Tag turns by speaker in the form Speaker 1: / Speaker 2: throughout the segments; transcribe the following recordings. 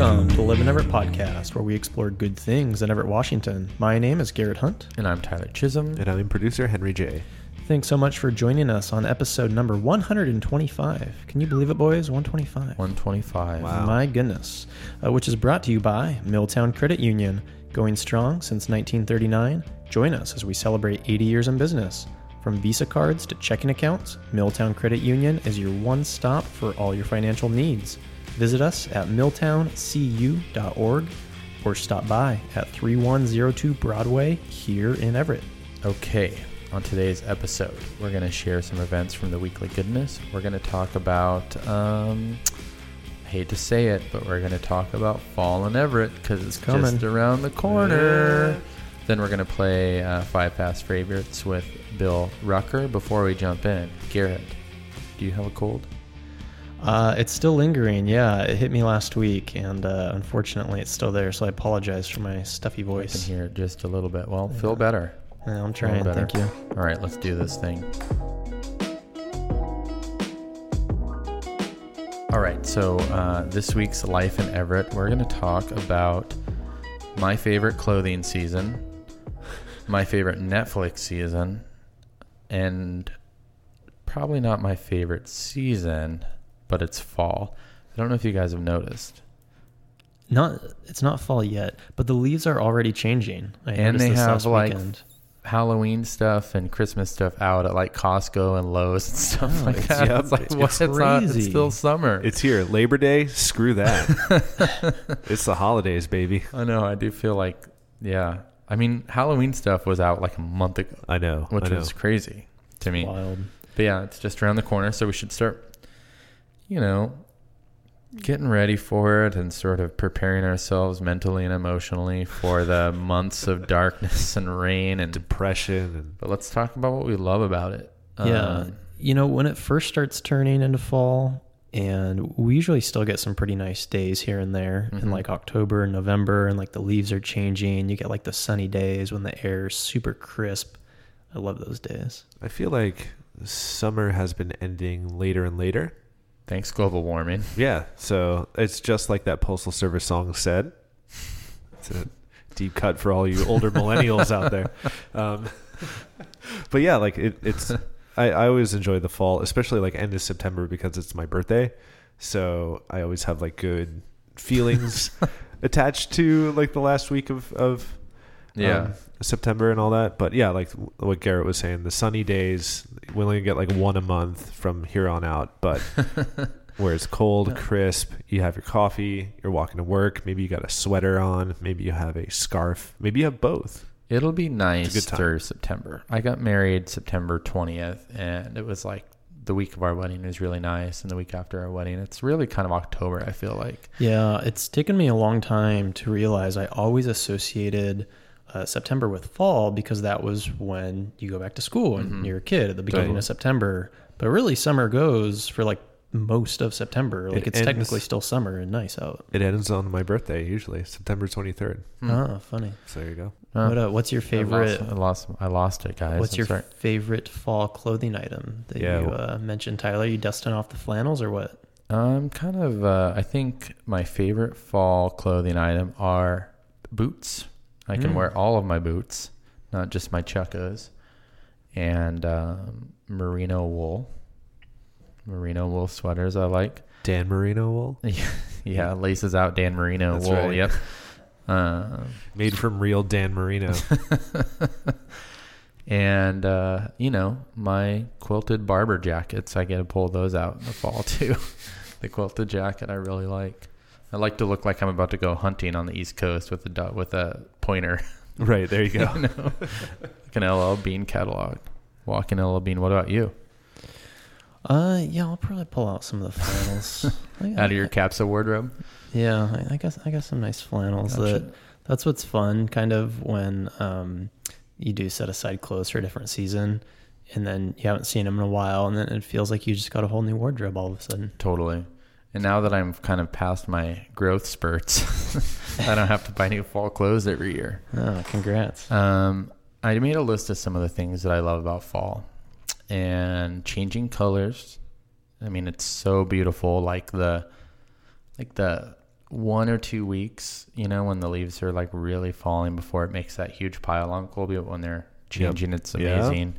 Speaker 1: an Everett podcast where we explore good things in Everett, Washington. My name is Garrett Hunt.
Speaker 2: And I'm Tyler Chisholm.
Speaker 3: And I'm producer Henry J.
Speaker 1: Thanks so much for joining us on episode number 125. Can you believe it, boys? 125.
Speaker 2: 125.
Speaker 3: Wow.
Speaker 1: My goodness. Uh, which is brought to you by Milltown Credit Union, going strong since 1939. Join us as we celebrate 80 years in business. From Visa cards to checking accounts, Milltown Credit Union is your one stop for all your financial needs. Visit us at milltowncu.org or stop by at 3102 Broadway here in Everett.
Speaker 2: Okay, on today's episode, we're going to share some events from the weekly goodness. We're going to talk about, um, I hate to say it, but we're going to talk about Fall in Everett because it's
Speaker 1: coming.
Speaker 2: just around the corner. Then we're going to play uh, Five Fast Favorites with Bill Rucker. Before we jump in, Garrett, do you have a cold?
Speaker 1: Uh, it's still lingering, yeah. It hit me last week, and uh, unfortunately, it's still there, so I apologize for my stuffy
Speaker 2: I can
Speaker 1: voice.
Speaker 2: hear it just a little bit. Well, feel better.
Speaker 1: Uh, I'm
Speaker 2: Feel
Speaker 1: trying,
Speaker 2: better.
Speaker 1: thank you.
Speaker 2: All right, let's do this thing. All right, so uh, this week's Life in Everett, we're going to talk about my favorite clothing season, my favorite Netflix season, and probably not my favorite season, but it's fall. I don't know if you guys have noticed.
Speaker 1: Not, it's not fall yet, but the leaves are already changing. I
Speaker 2: And
Speaker 1: noticed
Speaker 2: they
Speaker 1: this
Speaker 2: have
Speaker 1: last
Speaker 2: like
Speaker 1: weekend.
Speaker 2: Halloween stuff and Christmas stuff out at like Costco and Lowe's and stuff
Speaker 1: Oh,
Speaker 2: like
Speaker 1: it's-
Speaker 2: that.
Speaker 3: yep,
Speaker 2: it's like
Speaker 1: it's
Speaker 2: what? It's, not, it's
Speaker 1: crazy.
Speaker 2: still summer.
Speaker 3: It's here. Labor Day. Screw that. it's the holidays, baby.
Speaker 2: I know. I do feel like yeah. I mean, Halloween stuff was out like a month ago,
Speaker 3: I know.
Speaker 2: which
Speaker 3: I know.
Speaker 2: was crazy to me.
Speaker 1: wild.
Speaker 2: But yeah, it's just around the corner, so we should start, you know, getting ready for it and sort of preparing ourselves mentally and emotionally for the months of darkness and rain. And
Speaker 3: depression and
Speaker 2: but let's talk about what we love about it.
Speaker 1: Yeah.
Speaker 2: Um,
Speaker 1: You know, when it first starts turning into fall, and we usually still get some pretty nice days here and there in
Speaker 2: Mhm.
Speaker 1: like October and November, and like the leaves are changing. You get like the sunny days when the air is super crisp. I love those days.
Speaker 3: I feel like summer has been ending later and later.
Speaker 2: thanks, global warming.
Speaker 3: Yeah. So it's just like that Postal Service song said. It's a deep cut for all you older millennials out there. Um, but yeah, like it, it's, I, I always enjoy the fall, especially like end of September because it's my birthday. So I always have like good feelings attached to like the last week of, of
Speaker 2: Yeah.
Speaker 3: um, September and all that. But yeah, like what Garrett was saying, the sunny days, we only get like one a month from here on out. But where it's cold, crisp, you have your coffee, you're walking to work, maybe you got a sweater on, maybe you have a scarf, maybe you have both.
Speaker 2: It'll be nice
Speaker 3: good time.
Speaker 2: through September. I got married September 20th, and it was like the week of our wedding was really nice, and the week after our wedding, it's really kind of October, I feel like.
Speaker 1: Yeah. It's taken me a long time to realize I always associated uh, September with fall because that was when you go back to school and you're a kid at the beginning
Speaker 3: Totally.
Speaker 1: of September. But really, summer goes for like most of September. Like it's
Speaker 3: ends-
Speaker 1: technically still summer and nice out.
Speaker 3: It ends on my birthday usually, September 23rd.
Speaker 2: Hmm.
Speaker 1: Ah, funny.
Speaker 3: So there you go.
Speaker 2: Uh,
Speaker 1: What, uh, what's your favorite?
Speaker 2: I lost, I lost it, guys.
Speaker 1: What's
Speaker 2: I'm
Speaker 1: your
Speaker 2: sorry.
Speaker 1: favorite fall clothing item that
Speaker 3: Yeah,
Speaker 1: you
Speaker 3: well-
Speaker 1: uh, mentioned, Tyler? You dusting off the flannels or what?
Speaker 2: Um, kind of. Uh, I think my favorite fall clothing item are boots. I can
Speaker 1: Mm.
Speaker 2: wear all of my boots, not just my chukkas, and um, merino wool. Merino wool sweaters I like.
Speaker 3: Dan Marino wool,
Speaker 2: Yeah, laces out Dan Marino
Speaker 3: That's
Speaker 2: wool.
Speaker 3: right.
Speaker 2: Yep. Um,
Speaker 3: made from real Dan Marino.
Speaker 2: and uh, you know my quilted barber jackets. I get to pull those out in the fall too. the quilted jacket I really like. I like to look like I'm about to go hunting on the East Coast with a do- with a pointer.
Speaker 3: right, there you go.
Speaker 2: you know, like an LL Bean catalog. Walking LL Bean. What about you?
Speaker 1: Uh, yeah, I'll probably pull out some of the flannels I got-
Speaker 2: Out of your capsule wardrobe.
Speaker 1: Yeah, I, I guess I got some nice flannels.
Speaker 2: Gotcha.
Speaker 1: That that's what's fun, kind of when um, you do set aside clothes for a different season, and then you haven't seen them in a while, and then it feels like you just got a whole new wardrobe all of a sudden.
Speaker 2: Totally. And now that I'm kind of past my growth spurts, I don't have to buy new fall clothes every year.
Speaker 1: Oh, congrats!
Speaker 2: Um, I made a list of some of the things that I love about fall and changing colors. I mean, it's so beautiful. Like the, like the one or two weeks, you know, when the leaves are like really falling before it makes that huge pile on Colby when they're changing, it's
Speaker 3: Yeah.
Speaker 2: amazing.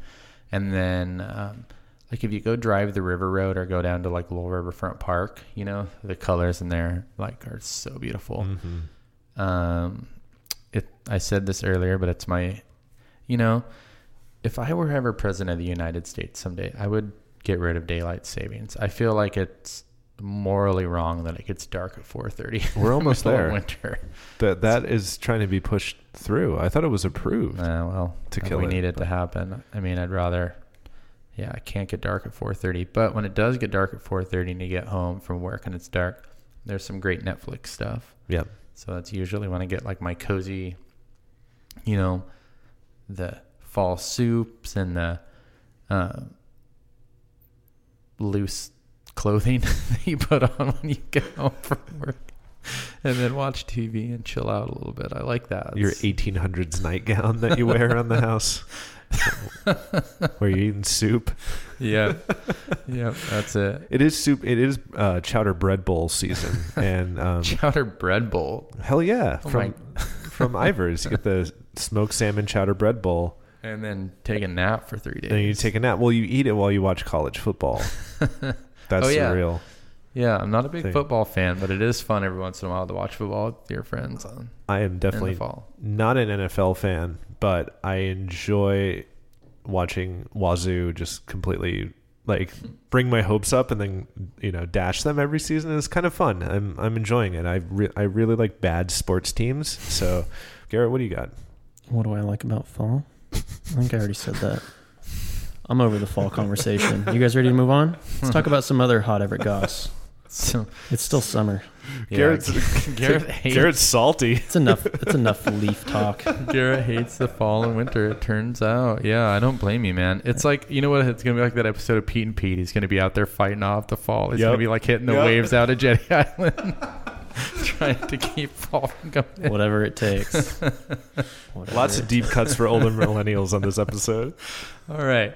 Speaker 2: And then, um, like if you go drive the river road or go down to like Little Riverfront Park, you know, the colors in there like are so beautiful. Um, it, I said this earlier, but it's my, you know, if I were ever president of the United States someday, I would get rid of daylight savings. I feel like it's morally wrong that it gets dark at 4:30.
Speaker 3: We're almost
Speaker 2: in the
Speaker 3: there.
Speaker 2: Winter.
Speaker 3: That that is trying to be pushed through. I thought it was approved.
Speaker 2: Uh, well,
Speaker 3: To
Speaker 2: uh,
Speaker 3: kill
Speaker 2: we
Speaker 3: it,
Speaker 2: need it to happen. I mean, I'd rather. Yeah, it can't get dark at 4:30, but when it does get dark at 4:30 and you get home from work and it's dark, there's some great Netflix stuff.
Speaker 3: Yeah.
Speaker 2: So that's usually when I get like my cozy, you know, the fall soups and the uh, loose clothing that you put on when you get home from work, and then watch TV and chill out a little bit. I like that.
Speaker 3: Your
Speaker 2: It's-
Speaker 3: 1800s nightgown that you wear around the house, where you're eating soup.
Speaker 2: yeah, yeah, that's it.
Speaker 3: It is soup. It is uh, chowder bread bowl season, and um,
Speaker 2: Chowder bread bowl.
Speaker 3: hell yeah,
Speaker 2: Oh
Speaker 3: from from Ivers, you get the smoked salmon chowder bread bowl,
Speaker 2: And then take a nap for three days.
Speaker 3: and you take a nap. Well, you eat it while you watch college football. That's
Speaker 2: Oh, yeah.
Speaker 3: the real.
Speaker 2: yeah, I'm not a big
Speaker 3: Thing.
Speaker 2: football fan, but it is fun every once in a while to watch football with your friends on
Speaker 3: I am
Speaker 2: in the
Speaker 3: definitely
Speaker 2: fall.
Speaker 3: not an NFL fan, but I enjoy watching Wazoo just completely like bring my hopes up and then you know dash them every season. It's kind of fun. I'm I'm enjoying it. I re- I really like bad sports teams. So, Garrett, what do you got?
Speaker 1: What do I like about fall? I think I already said that. I'm over the fall conversation. You guys ready to move on? Let's talk about some other hot Everett Goss.
Speaker 2: So
Speaker 1: It's still summer.
Speaker 2: yeah,
Speaker 3: Garrett's-
Speaker 2: Garrett hates
Speaker 3: Garrett's salty.
Speaker 1: It's enough. It's enough leaf talk.
Speaker 2: Garrett hates the fall and winter. It turns out, yeah, I don't blame you, man. It's like you know what? It's gonna be like that episode of Pete and Pete. He's gonna be out there fighting off the fall. He's gonna
Speaker 3: Yep.
Speaker 2: be like hitting the
Speaker 3: Yep.
Speaker 2: waves out of Jetty Island, trying to keep fall from coming.
Speaker 1: Whatever it takes. Whatever.
Speaker 3: Lots of deep cuts for older millennials on this episode.
Speaker 2: All right.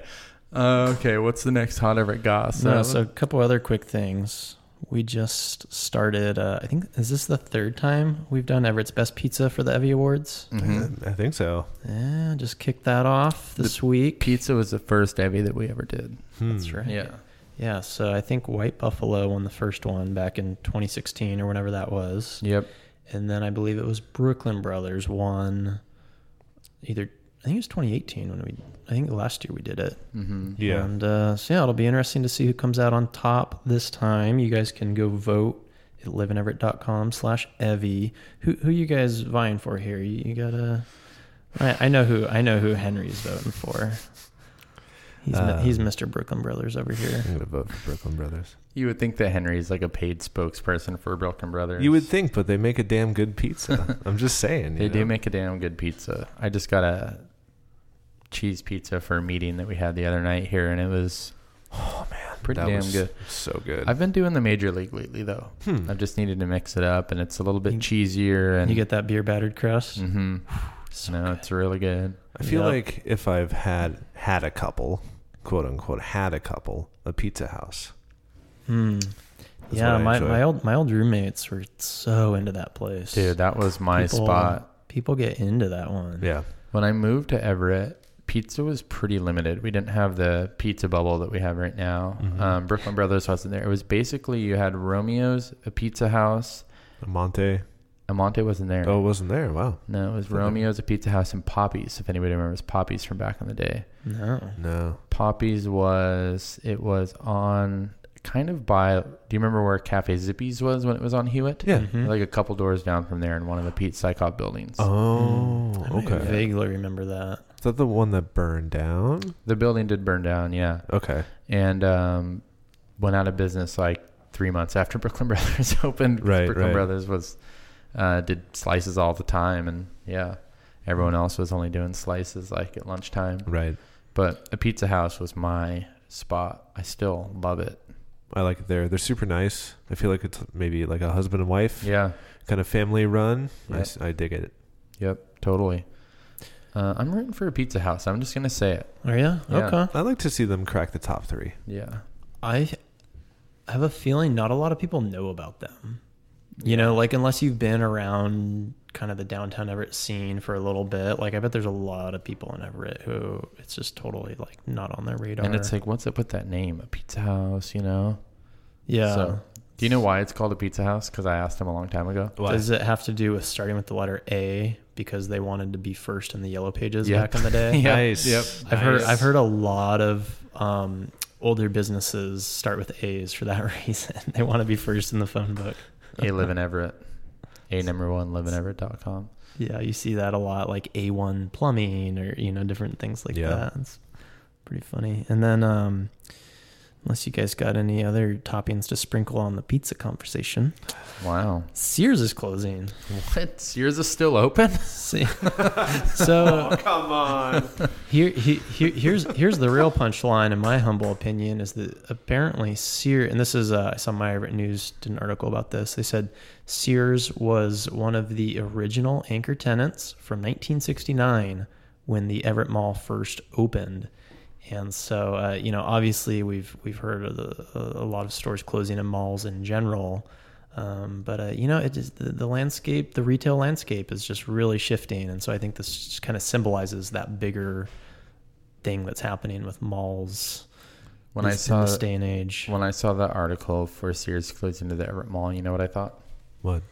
Speaker 2: Uh, okay, what's the next hot ever goss?
Speaker 1: No,
Speaker 2: Uh,
Speaker 1: so a couple other quick things. We just started. Uh, I think is this the third time we've done Everett's Best Pizza for the Evie Awards?
Speaker 2: mhm.
Speaker 3: Mm-hmm. I think so.
Speaker 1: Yeah, just kicked that off this week.
Speaker 2: pizza was the first Evie that we ever did.
Speaker 1: That's right.
Speaker 2: Yeah.
Speaker 1: Yeah. So I think White Buffalo won the first one back in 2016 or whenever that was,
Speaker 2: Yep.
Speaker 1: and then I believe it was Brooklyn Brothers won. Either I think it was 2018 when we. I think last year we did it.
Speaker 2: Mm-hmm.
Speaker 3: Yeah.
Speaker 1: And uh, so, yeah, it'll be interesting to see who comes out on top this time. You guys can go vote at liveineverett.com slash Evie. Who, who you guys vying for here? You, you got to... I, I know who I know who Henry's voting for. He's, mi-
Speaker 3: Um,
Speaker 1: he's Mr. Brooklyn Brothers over here.
Speaker 3: I'm gonna vote for Brooklyn Brothers.
Speaker 2: You would think that Henry is like a paid spokesperson for Broken Brothers.
Speaker 3: You would think, but they make a damn good pizza. I'm just saying.
Speaker 2: They
Speaker 3: you
Speaker 2: do
Speaker 3: know.
Speaker 2: make a damn good pizza. I just got a cheese pizza for a meeting that we had the other night here, and it was oh man, pretty
Speaker 3: That
Speaker 2: damn
Speaker 3: was
Speaker 2: good.
Speaker 3: So good.
Speaker 2: I've been doing the major league lately though. I've just needed to mix it up, and it's a little bit
Speaker 1: You-
Speaker 2: cheesier. And
Speaker 1: You get that beer battered crust.
Speaker 2: mm-hmm. no, it's really good.
Speaker 3: Mm. I feel
Speaker 1: Yeah.
Speaker 3: like if I've had had a couple, quote unquote, had a couple, a Pizza House.
Speaker 1: Hmm.
Speaker 3: That's
Speaker 1: Yeah,
Speaker 3: what I
Speaker 1: my,
Speaker 3: enjoy.
Speaker 1: my old my old roommates were so into that place.
Speaker 2: Dude, that was my
Speaker 1: People-
Speaker 2: spot
Speaker 1: People get into that one.
Speaker 3: Yeah,
Speaker 2: when I moved to Everett. Pizza was pretty limited. We didn't have the pizza bubble that we have right now. Um, Brooklyn Brothers wasn't there. It was basically you had Romeo's, a Pizza House.
Speaker 3: Amante.
Speaker 2: Amante wasn't there.
Speaker 3: Oh, it wasn't there. Wow.
Speaker 2: No, it was
Speaker 3: For the-
Speaker 2: Romeo's, a Pizza House, and Poppy's. If anybody remembers Poppy's from back in the day,
Speaker 1: No.
Speaker 3: No.
Speaker 2: Poppy's was it was on kind of by. Do you remember where Cafe Zippy's was when it was on Hewitt?
Speaker 3: Yeah. Mm-hmm.
Speaker 1: Mhm.
Speaker 2: like a couple doors down from there in one of the Pete Psychop buildings.
Speaker 3: Oh,
Speaker 1: Mm-hmm. I might
Speaker 3: okay.
Speaker 1: vaguely remember that.
Speaker 3: Is that the one that burned down?
Speaker 2: The building did burn down, yeah,
Speaker 3: Okay.
Speaker 2: and um, went out of business like three months after Brooklyn Brothers opened. 'cause
Speaker 3: Right,
Speaker 2: Brooklyn
Speaker 3: right.
Speaker 2: Brothers was uh, did slices all the time, and yeah, everyone else was only doing slices like at lunchtime.
Speaker 3: Right.
Speaker 2: But a pizza house was my spot. I still love it.
Speaker 3: I like it there. They're super nice. I feel like it's maybe like a husband and wife
Speaker 2: Yeah.
Speaker 3: kind of family run. I
Speaker 2: Yeah.
Speaker 3: s- I, dig it.
Speaker 2: Yep. Totally. Uh, I'm rooting for a pizza house. I'm just gonna say it.
Speaker 1: Are you?
Speaker 2: Yeah.
Speaker 1: Okay.
Speaker 3: I like to see them crack the top three.
Speaker 2: Yeah.
Speaker 1: I have a feeling not a lot of people know about them. You know, like unless you've been around kind of the downtown Everett scene for a little bit, like I bet there's a lot of people in Everett who it's just totally like not on their radar.
Speaker 2: And it's like, what's up with that name? A pizza house, you know?
Speaker 1: yeah.
Speaker 2: So, do you know why it's called a pizza house? Because I asked him a long time ago.
Speaker 3: Why?
Speaker 1: Does it have to do with starting with the letter A because they wanted to be first in the yellow pages
Speaker 2: Yeah.
Speaker 1: back in the day?
Speaker 2: Yeah.
Speaker 3: Nice.
Speaker 2: Yep.
Speaker 1: I've heard
Speaker 3: Nice.
Speaker 1: I've heard a lot of um, older businesses start with A's for that reason. They want to be first in the phone book.
Speaker 2: A live in Everett. A number one live in Everett.com.
Speaker 1: Yeah, you see that a lot, like A1 plumbing or you know different things like
Speaker 3: Yeah.
Speaker 1: that. It's pretty funny. And then, um, unless you guys got any other toppings to sprinkle on the pizza conversation,
Speaker 2: Wow.
Speaker 1: Sears is closing.
Speaker 2: What? Yours is still open?
Speaker 1: See- so
Speaker 3: Come on.
Speaker 1: Here, he, here, here's here's the real punchline, in my humble opinion, is that apparently Sears, and this is uh, I saw my Everett News did an article about this. They said Sears was one of the original anchor tenants from 1969 when the Everett Mall first opened, and so uh, you know obviously we've we've heard of the, a lot of stores closing in malls in general. Um, but uh, you know, it is the, the landscape, the retail landscape is just really shifting, and so I think this just kind of symbolizes that bigger thing that's happening with malls
Speaker 2: When
Speaker 1: in
Speaker 2: I saw
Speaker 1: this day and age.
Speaker 2: when I saw that article for Sears closing to the Everett Mall, you know what I thought?
Speaker 3: What?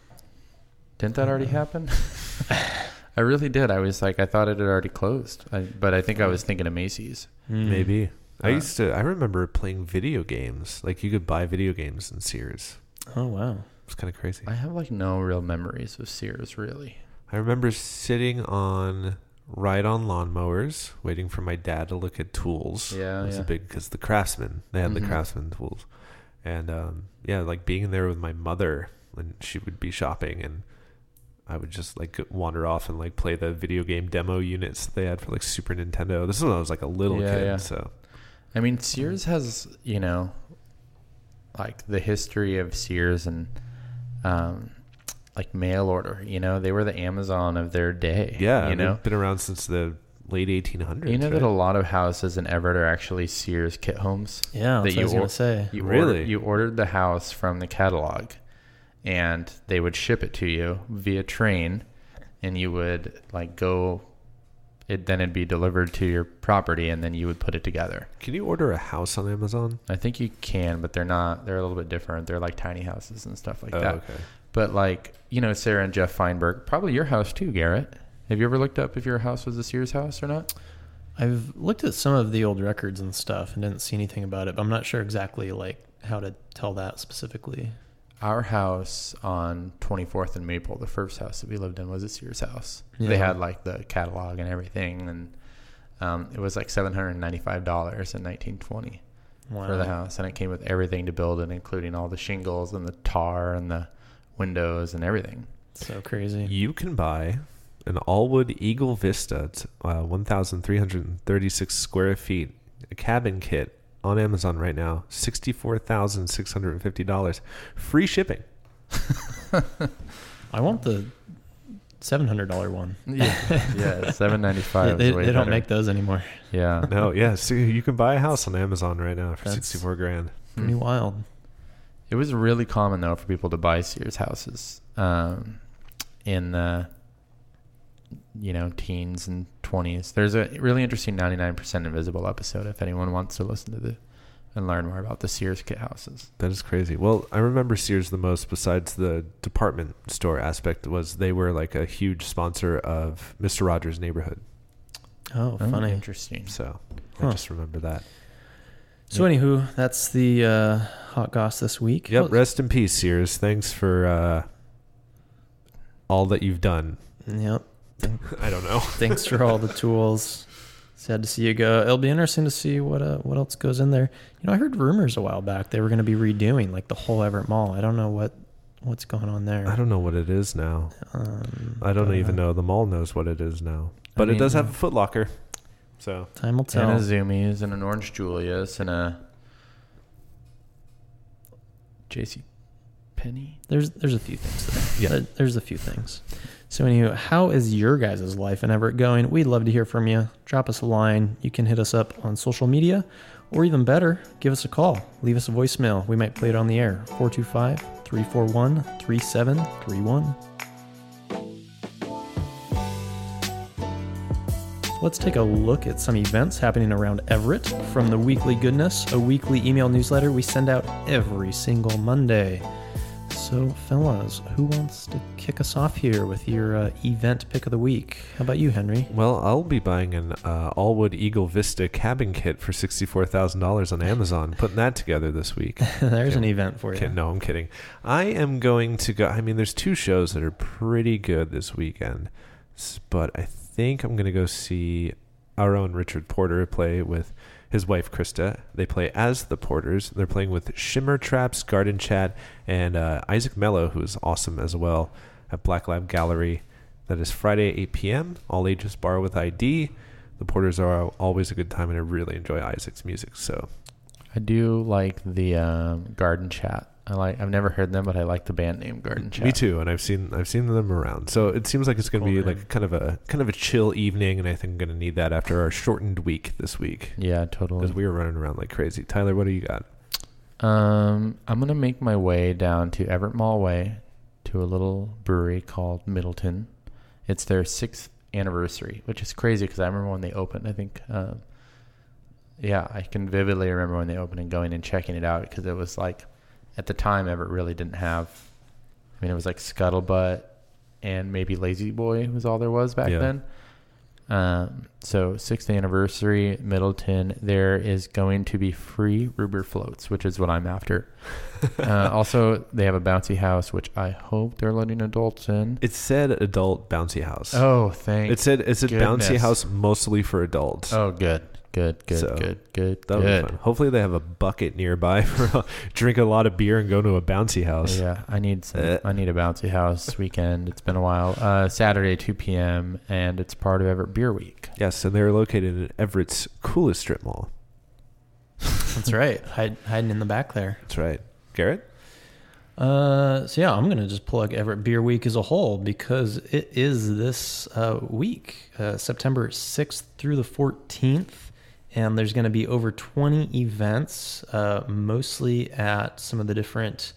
Speaker 2: Didn't that already happen? I really did. I was like, I thought it had already closed, I, but I think I was thinking of Macy's.
Speaker 1: Hmm.
Speaker 3: Maybe. I
Speaker 2: Uh,
Speaker 3: used to. I remember playing video games. Like you could buy video games in Sears.
Speaker 1: Oh wow.
Speaker 3: It's kind of crazy.
Speaker 2: I have like no real memories of Sears, really.
Speaker 3: I remember sitting on ride on lawnmowers, waiting for my dad to look at tools.
Speaker 2: Yeah,
Speaker 3: it was
Speaker 2: yeah.
Speaker 3: a big because the craftsman they had
Speaker 2: Mhm.
Speaker 3: the craftsman tools, and um, yeah, like being there with my mother when she would be shopping, and I would just like wander off and like play the video game demo units they had for like Super Nintendo. This is when I was like a little
Speaker 2: Yeah,
Speaker 3: kid,
Speaker 2: yeah.
Speaker 3: so
Speaker 2: I mean, Sears has you know, like the history of Sears and um, like mail order. You know, they were the Amazon of their day.
Speaker 3: yeah,
Speaker 2: you
Speaker 3: they've
Speaker 2: know,
Speaker 3: been around since the late 1800s.
Speaker 2: you know
Speaker 3: right?
Speaker 2: that a lot of houses in Everett are actually Sears kit homes.
Speaker 1: Yeah,
Speaker 2: that
Speaker 1: that's what I was
Speaker 2: or-
Speaker 1: gonna say.
Speaker 2: You
Speaker 3: Really?
Speaker 2: ordered- you ordered the house from the catalog, and they would ship it to you via train, and you would like go. It then it'd be delivered to your property, and then you would put it together.
Speaker 3: Can you order a house on Amazon?
Speaker 2: I think you can, but they're not. They're a little bit different. They're like tiny houses and stuff like
Speaker 3: oh,
Speaker 2: that.
Speaker 3: okay.
Speaker 2: But like you know, Sarah and Jeff Feinberg, probably your house too, Garrett. Have you ever looked up if your house was a Sears house or not?
Speaker 1: I've looked at some of the old records and stuff and didn't see anything about it, but I'm not sure exactly like how to tell that specifically.
Speaker 2: Our house on 24th and Maple, the first house that we lived in, was a Sears house.
Speaker 1: Yeah.
Speaker 2: They had like the catalog and everything, and um, it was like $795 in 1920
Speaker 1: Wow.
Speaker 2: for the house, and it came with everything to build it, including all the shingles and the tar and the windows and everything.
Speaker 1: So crazy.
Speaker 3: You can buy an Allwood Eagle Vista, it's, uh, 1,336 square feet, a cabin kit on Amazon right now, $64,650. Free shipping.
Speaker 1: I want the seven hundred dollar one.
Speaker 2: Yeah, yeah, seven ninety
Speaker 1: They,
Speaker 2: five.
Speaker 1: they- they don't make those anymore.
Speaker 2: Yeah,
Speaker 3: No, yeah, so you can buy a house on Amazon right now for
Speaker 1: That's-
Speaker 3: 64 grand.
Speaker 1: Pretty
Speaker 2: Hmm.
Speaker 1: wild.
Speaker 2: it was really common though for people to buy Sears houses um, in the you know teens and twenties. There's a really interesting ninety nine percent invisible episode if anyone wants to listen to the and learn more about the Sears kit houses.
Speaker 3: That is crazy. Well, I remember Sears the most besides the department store aspect was they were like a huge sponsor of Mr. Rogers' neighborhood.
Speaker 1: Oh, funny.
Speaker 2: interesting.
Speaker 3: So
Speaker 1: Huh.
Speaker 3: I just remember that.
Speaker 1: So, anywho, that's the uh, hot goss this week.
Speaker 3: Yep.
Speaker 1: Oh,
Speaker 3: Rest in peace, Sears. Thanks for uh, all that you've done.
Speaker 1: Yep.
Speaker 3: I don't know.
Speaker 1: Thanks for all the tools. Sad to see you go. It'll be interesting to see what uh, what else goes in there. You know, I heard rumors a while back they were going to be redoing like the whole Everett Mall. I don't know what what's going on there.
Speaker 3: I don't know what it is now.
Speaker 1: Um,
Speaker 3: I don't
Speaker 1: but,
Speaker 3: even
Speaker 1: uh,
Speaker 3: know. The mall knows what it is now, but
Speaker 2: mean,
Speaker 3: it does
Speaker 2: uh,
Speaker 3: have a footlocker. So
Speaker 1: Time will
Speaker 2: And a
Speaker 1: tell.
Speaker 2: Zoomies and an Orange Julius and a JC Penny.
Speaker 1: There's there's a few things there.
Speaker 3: Yeah.
Speaker 1: There- There's a few things. So anywho, how is your guys' life in Everett going? We'd love to hear from you. Drop us a line. You can hit us up on social media Or even better, give us a call. Leave us a voicemail. We might play it on the air. 425 341 3731. Let's take a look at some events happening around Everett from the Weekly Goodness, a weekly email newsletter we send out every single Monday. So, fellas, who wants to kick us off here with your uh, event pick of the week? How about you, Henry?
Speaker 3: Well, I'll be buying an uh, Allwood Eagle Vista cabin kit for sixty-four thousand dollars on Amazon. Putting that together this week.
Speaker 1: There's an event for you.
Speaker 3: Kid- No, I'm kidding. I am going to go. I mean, there's two shows that are pretty good this weekend, S- but I think I'm going to go see our own Richard Porter play with his wife Krista. They play as the Porters. They're playing with Shimmer Traps, Garden Chat, and uh, Isaac Mello, who is awesome as well at Black Lab Gallery. That is Friday, 8 p.m. All ages bar with ID. The Porters are always a good time, and I really enjoy Isaac's music. So
Speaker 2: I do like the um, Garden Chat. I like. I've never heard them, but I like the band name Garden Chat.
Speaker 3: Me too, and I've seen I've seen them around. So it seems like it's going to be
Speaker 2: Cool, man.
Speaker 3: like kind of a kind of a chill evening, and I think I'm going to need that after our shortened week this week
Speaker 2: Yeah,
Speaker 3: because
Speaker 2: totally.
Speaker 3: we were running around like crazy. Tyler, what do you got?
Speaker 2: Um, I'm gonna make my way down to Everett Mall Way to a little brewery called Middleton. It's their sixth anniversary, which is crazy because I remember when they opened. I think, um, yeah, I can vividly remember when they opened and going and checking it out because it was like, at the time, Everett really didn't have. I mean, it was like Scuttlebutt and maybe Lazy Boy was all there was back
Speaker 3: Yeah.
Speaker 2: then. Um, so sixth anniversary, Middleton. There is going to be free Ruber floats, which is what I'm after. uh, also, they have a bouncy house, which I hope they're letting adults in.
Speaker 3: It said adult bouncy house.
Speaker 2: Oh, thank.
Speaker 3: it said it's a bouncy
Speaker 2: goodness.
Speaker 3: house mostly for adults.
Speaker 2: oh, good, good, good,
Speaker 3: So,
Speaker 2: good, good,
Speaker 3: That'll
Speaker 2: good.
Speaker 3: be fun. Hopefully, they have a bucket nearby for drink a lot of beer and go to a bouncy house.
Speaker 2: Oh, Yeah, I need some,
Speaker 3: Eh.
Speaker 2: I need a bouncy house weekend. It's been a while. Uh, Saturday, two p.m., and it's part of Everett Beer Week.
Speaker 3: Yes, and they're located in Everett's coolest strip mall.
Speaker 1: That's right. Hide, hiding in the back there.
Speaker 3: That's right. Garrett,
Speaker 1: Uh, so yeah, I'm gonna just plug Everett Beer Week as a whole because it is this uh, week, uh, September 6th through the 14th, and there's gonna be over 20 events, uh, mostly at some of the different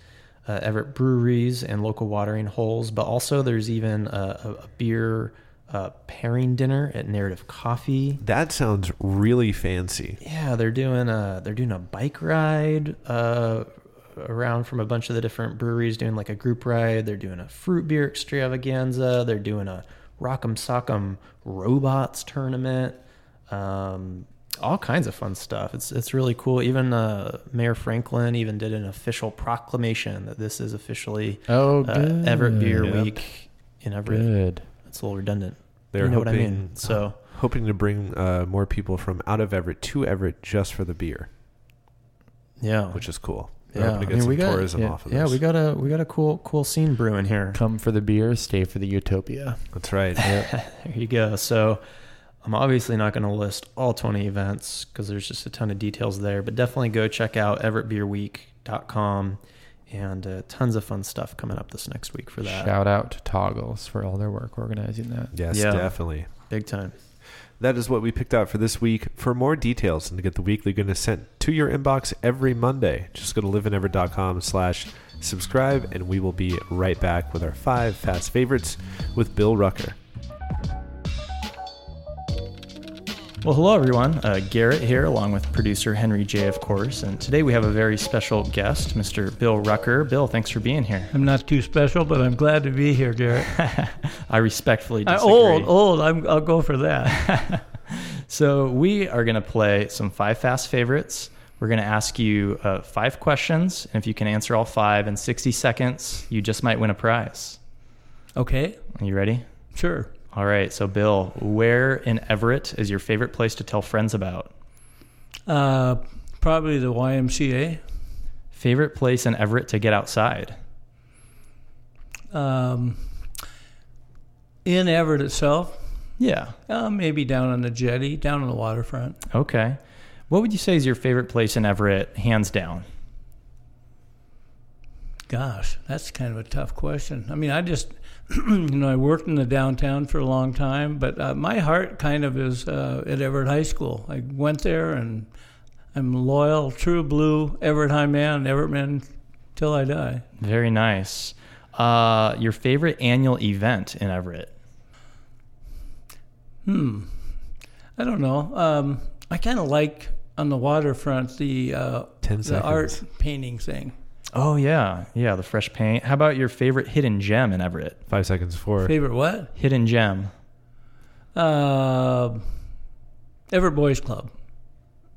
Speaker 1: uh, Everett breweries and local watering holes, but also there's even a, a, a beer uh, pairing dinner at Narrative Coffee.
Speaker 3: that sounds really fancy.
Speaker 1: Yeah, they're doing a they're doing a bike ride uh, around from a bunch of the different breweries, doing like a group ride. They're doing a fruit beer extravaganza. They're doing a Rock'em Sock'em robots tournament. Um, all kinds of fun stuff. It's it's really cool. Even uh, Mayor Franklin even did an official proclamation that this is officially
Speaker 2: Oh,
Speaker 1: uh, Everett Beer
Speaker 3: Yep.
Speaker 1: Week in Everett.
Speaker 2: Good.
Speaker 1: It's a little redundant.
Speaker 3: They're
Speaker 1: you know what I
Speaker 3: hoping-
Speaker 1: mean. So
Speaker 3: hoping to bring uh, more people from out of Everett to Everett just for the beer,
Speaker 1: yeah,
Speaker 3: which is cool. They're
Speaker 1: Uh-huh. Yeah,
Speaker 3: hoping to
Speaker 1: I
Speaker 3: get
Speaker 1: mean,
Speaker 3: some
Speaker 1: we got-
Speaker 3: tourism
Speaker 2: yeah,
Speaker 3: off of
Speaker 1: Yeah,
Speaker 3: this.
Speaker 1: we got a we got a cool cool scene brewing here.
Speaker 2: Come for the beer, stay for the utopia.
Speaker 3: That's right.
Speaker 1: There you go. So I'm obviously not going to list all 20 events because there's just a ton of details there, but definitely go check out everettbeerweek.com and uh, tons of fun stuff coming up this next week for that.
Speaker 2: Shout out to Toggles for all their work organizing that.
Speaker 3: yes,
Speaker 1: Yeah.
Speaker 3: definitely.
Speaker 1: Big time.
Speaker 3: That is what we picked out for this week. For more details and to get the weekly goodness sent to your inbox every Monday, just go to liveinever.com slash subscribe, and we will be right back with our five fast favorites with Bill Rucker.
Speaker 1: Well, hello everyone. Uh, Garrett here, along with producer Henry J, of course. And today we have a very special guest, Mr. Bill Rucker. Bill, thanks for being here.
Speaker 4: I'm not too special, but I'm glad to be here, Garrett.
Speaker 1: I respectfully
Speaker 4: I,
Speaker 1: disagree.
Speaker 4: old, old. I'm, I'll go for that.
Speaker 1: So we are going to play some five fast favorites. We're going to ask you uh, five questions, and if you can answer all five in 60 seconds, you just might win a prize.
Speaker 4: Okay,
Speaker 1: Are you ready?
Speaker 4: sure.
Speaker 1: All right. So, Bill, where in Everett is your favorite place to tell friends about?
Speaker 4: Uh, probably the YMCA.
Speaker 1: Favorite place in Everett to get outside?
Speaker 4: Um, in Everett itself,
Speaker 1: Yeah.
Speaker 4: uh, maybe down on the jetty, down on the waterfront.
Speaker 1: Okay. What would you say is your favorite place in Everett, hands down?
Speaker 4: Gosh, that's kind of a tough question. I mean, I just, you know, I worked in the downtown for a long time, but uh, my heart kind of is uh, at Everett High School. I went there and I'm loyal, true blue, Everett High man, Everett man till I die.
Speaker 1: Very nice. Uh, your favorite annual event in Everett?
Speaker 4: Hmm. I don't know. Um, I kind of like on the waterfront the uh,
Speaker 3: Ten
Speaker 4: the
Speaker 3: seconds.
Speaker 4: art painting thing.
Speaker 1: Oh yeah, yeah, the fresh paint. How about your favorite hidden gem in Everett?
Speaker 3: Five seconds for
Speaker 4: Favorite what?
Speaker 1: Hidden gem.
Speaker 4: Uh, Everett Boys Club.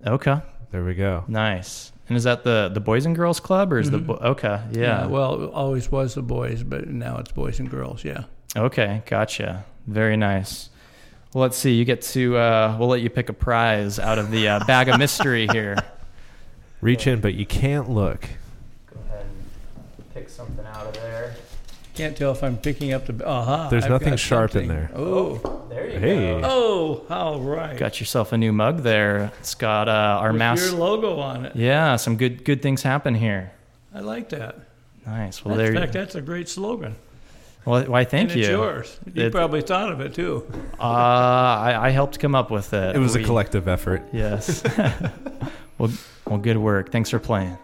Speaker 1: Okay,
Speaker 3: There we go.
Speaker 1: nice. And is that the the Boys and Girls Club or is the bo- okay? Mm-hmm. Yeah.
Speaker 4: Well, it always was the boys, but now it's boys and girls. Yeah.
Speaker 1: Okay, gotcha. Very nice. Well, let's see. You get to. Uh, we'll let you pick a prize out of the uh, bag of mystery here.
Speaker 3: Reach in, but you can't look.
Speaker 1: Go ahead and pick something out of there.
Speaker 4: Can't tell if I'm picking up the. Aha.
Speaker 3: There's
Speaker 4: I've
Speaker 3: nothing
Speaker 4: got
Speaker 3: sharp in
Speaker 4: something.
Speaker 3: there.
Speaker 4: Oh.
Speaker 1: There you
Speaker 3: Hey.
Speaker 4: Oh, all right.
Speaker 1: Got yourself a new mug there. It's got uh, our
Speaker 4: With
Speaker 1: mouse.
Speaker 4: Your logo on it.
Speaker 1: Yeah, some good good things happen here.
Speaker 4: I like that.
Speaker 1: Nice. Well,
Speaker 4: That's-
Speaker 1: there
Speaker 4: in
Speaker 1: you.
Speaker 4: fact, that's a great slogan.
Speaker 1: Well, why? Thank
Speaker 4: and
Speaker 1: you.
Speaker 4: It's yours. You
Speaker 1: It-
Speaker 4: probably thought of it too.
Speaker 1: Uh, I, I helped come up with it.
Speaker 3: It was a
Speaker 1: We-
Speaker 3: collective effort.
Speaker 1: Yes. well, well, good work. Thanks for playing.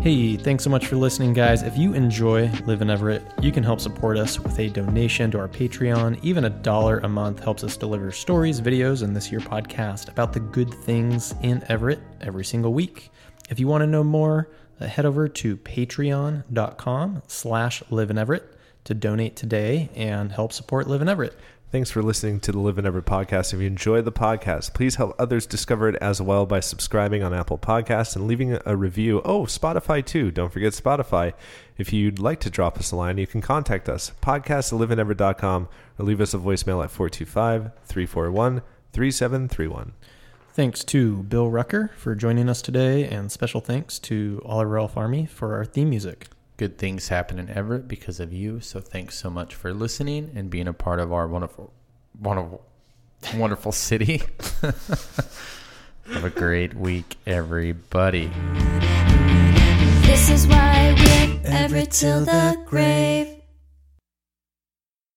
Speaker 1: Hey, thanks so much for listening, guys. If you enjoy Live in Everett, you can help support us with a donation to our Patreon. Even a dollar a month helps us deliver stories, videos, and this year podcast about the good things in Everett every single week. If you want to know more, uh, head over to patreon.com slash live in Everett to donate today and help support Live in Everett.
Speaker 3: Thanks for listening to the Live and Everett podcast. If you enjoy the podcast, please help others discover it as well by subscribing on Apple Podcasts and leaving a review. Oh, Spotify too. Don't forget Spotify. If you'd like to drop us a line, you can contact us, podcast at liveandeverett.com, or leave us a voicemail at 425 341 3731.
Speaker 1: Thanks to Bill Rucker for joining us today, and special thanks to Oliver Ralph Army for our theme music.
Speaker 2: Good things happen in Everett because of you. So thanks so much for listening and being a part of our wonderful, wonderful, wonderful city. Have a great week, everybody.
Speaker 5: This is why we're ever till the grave.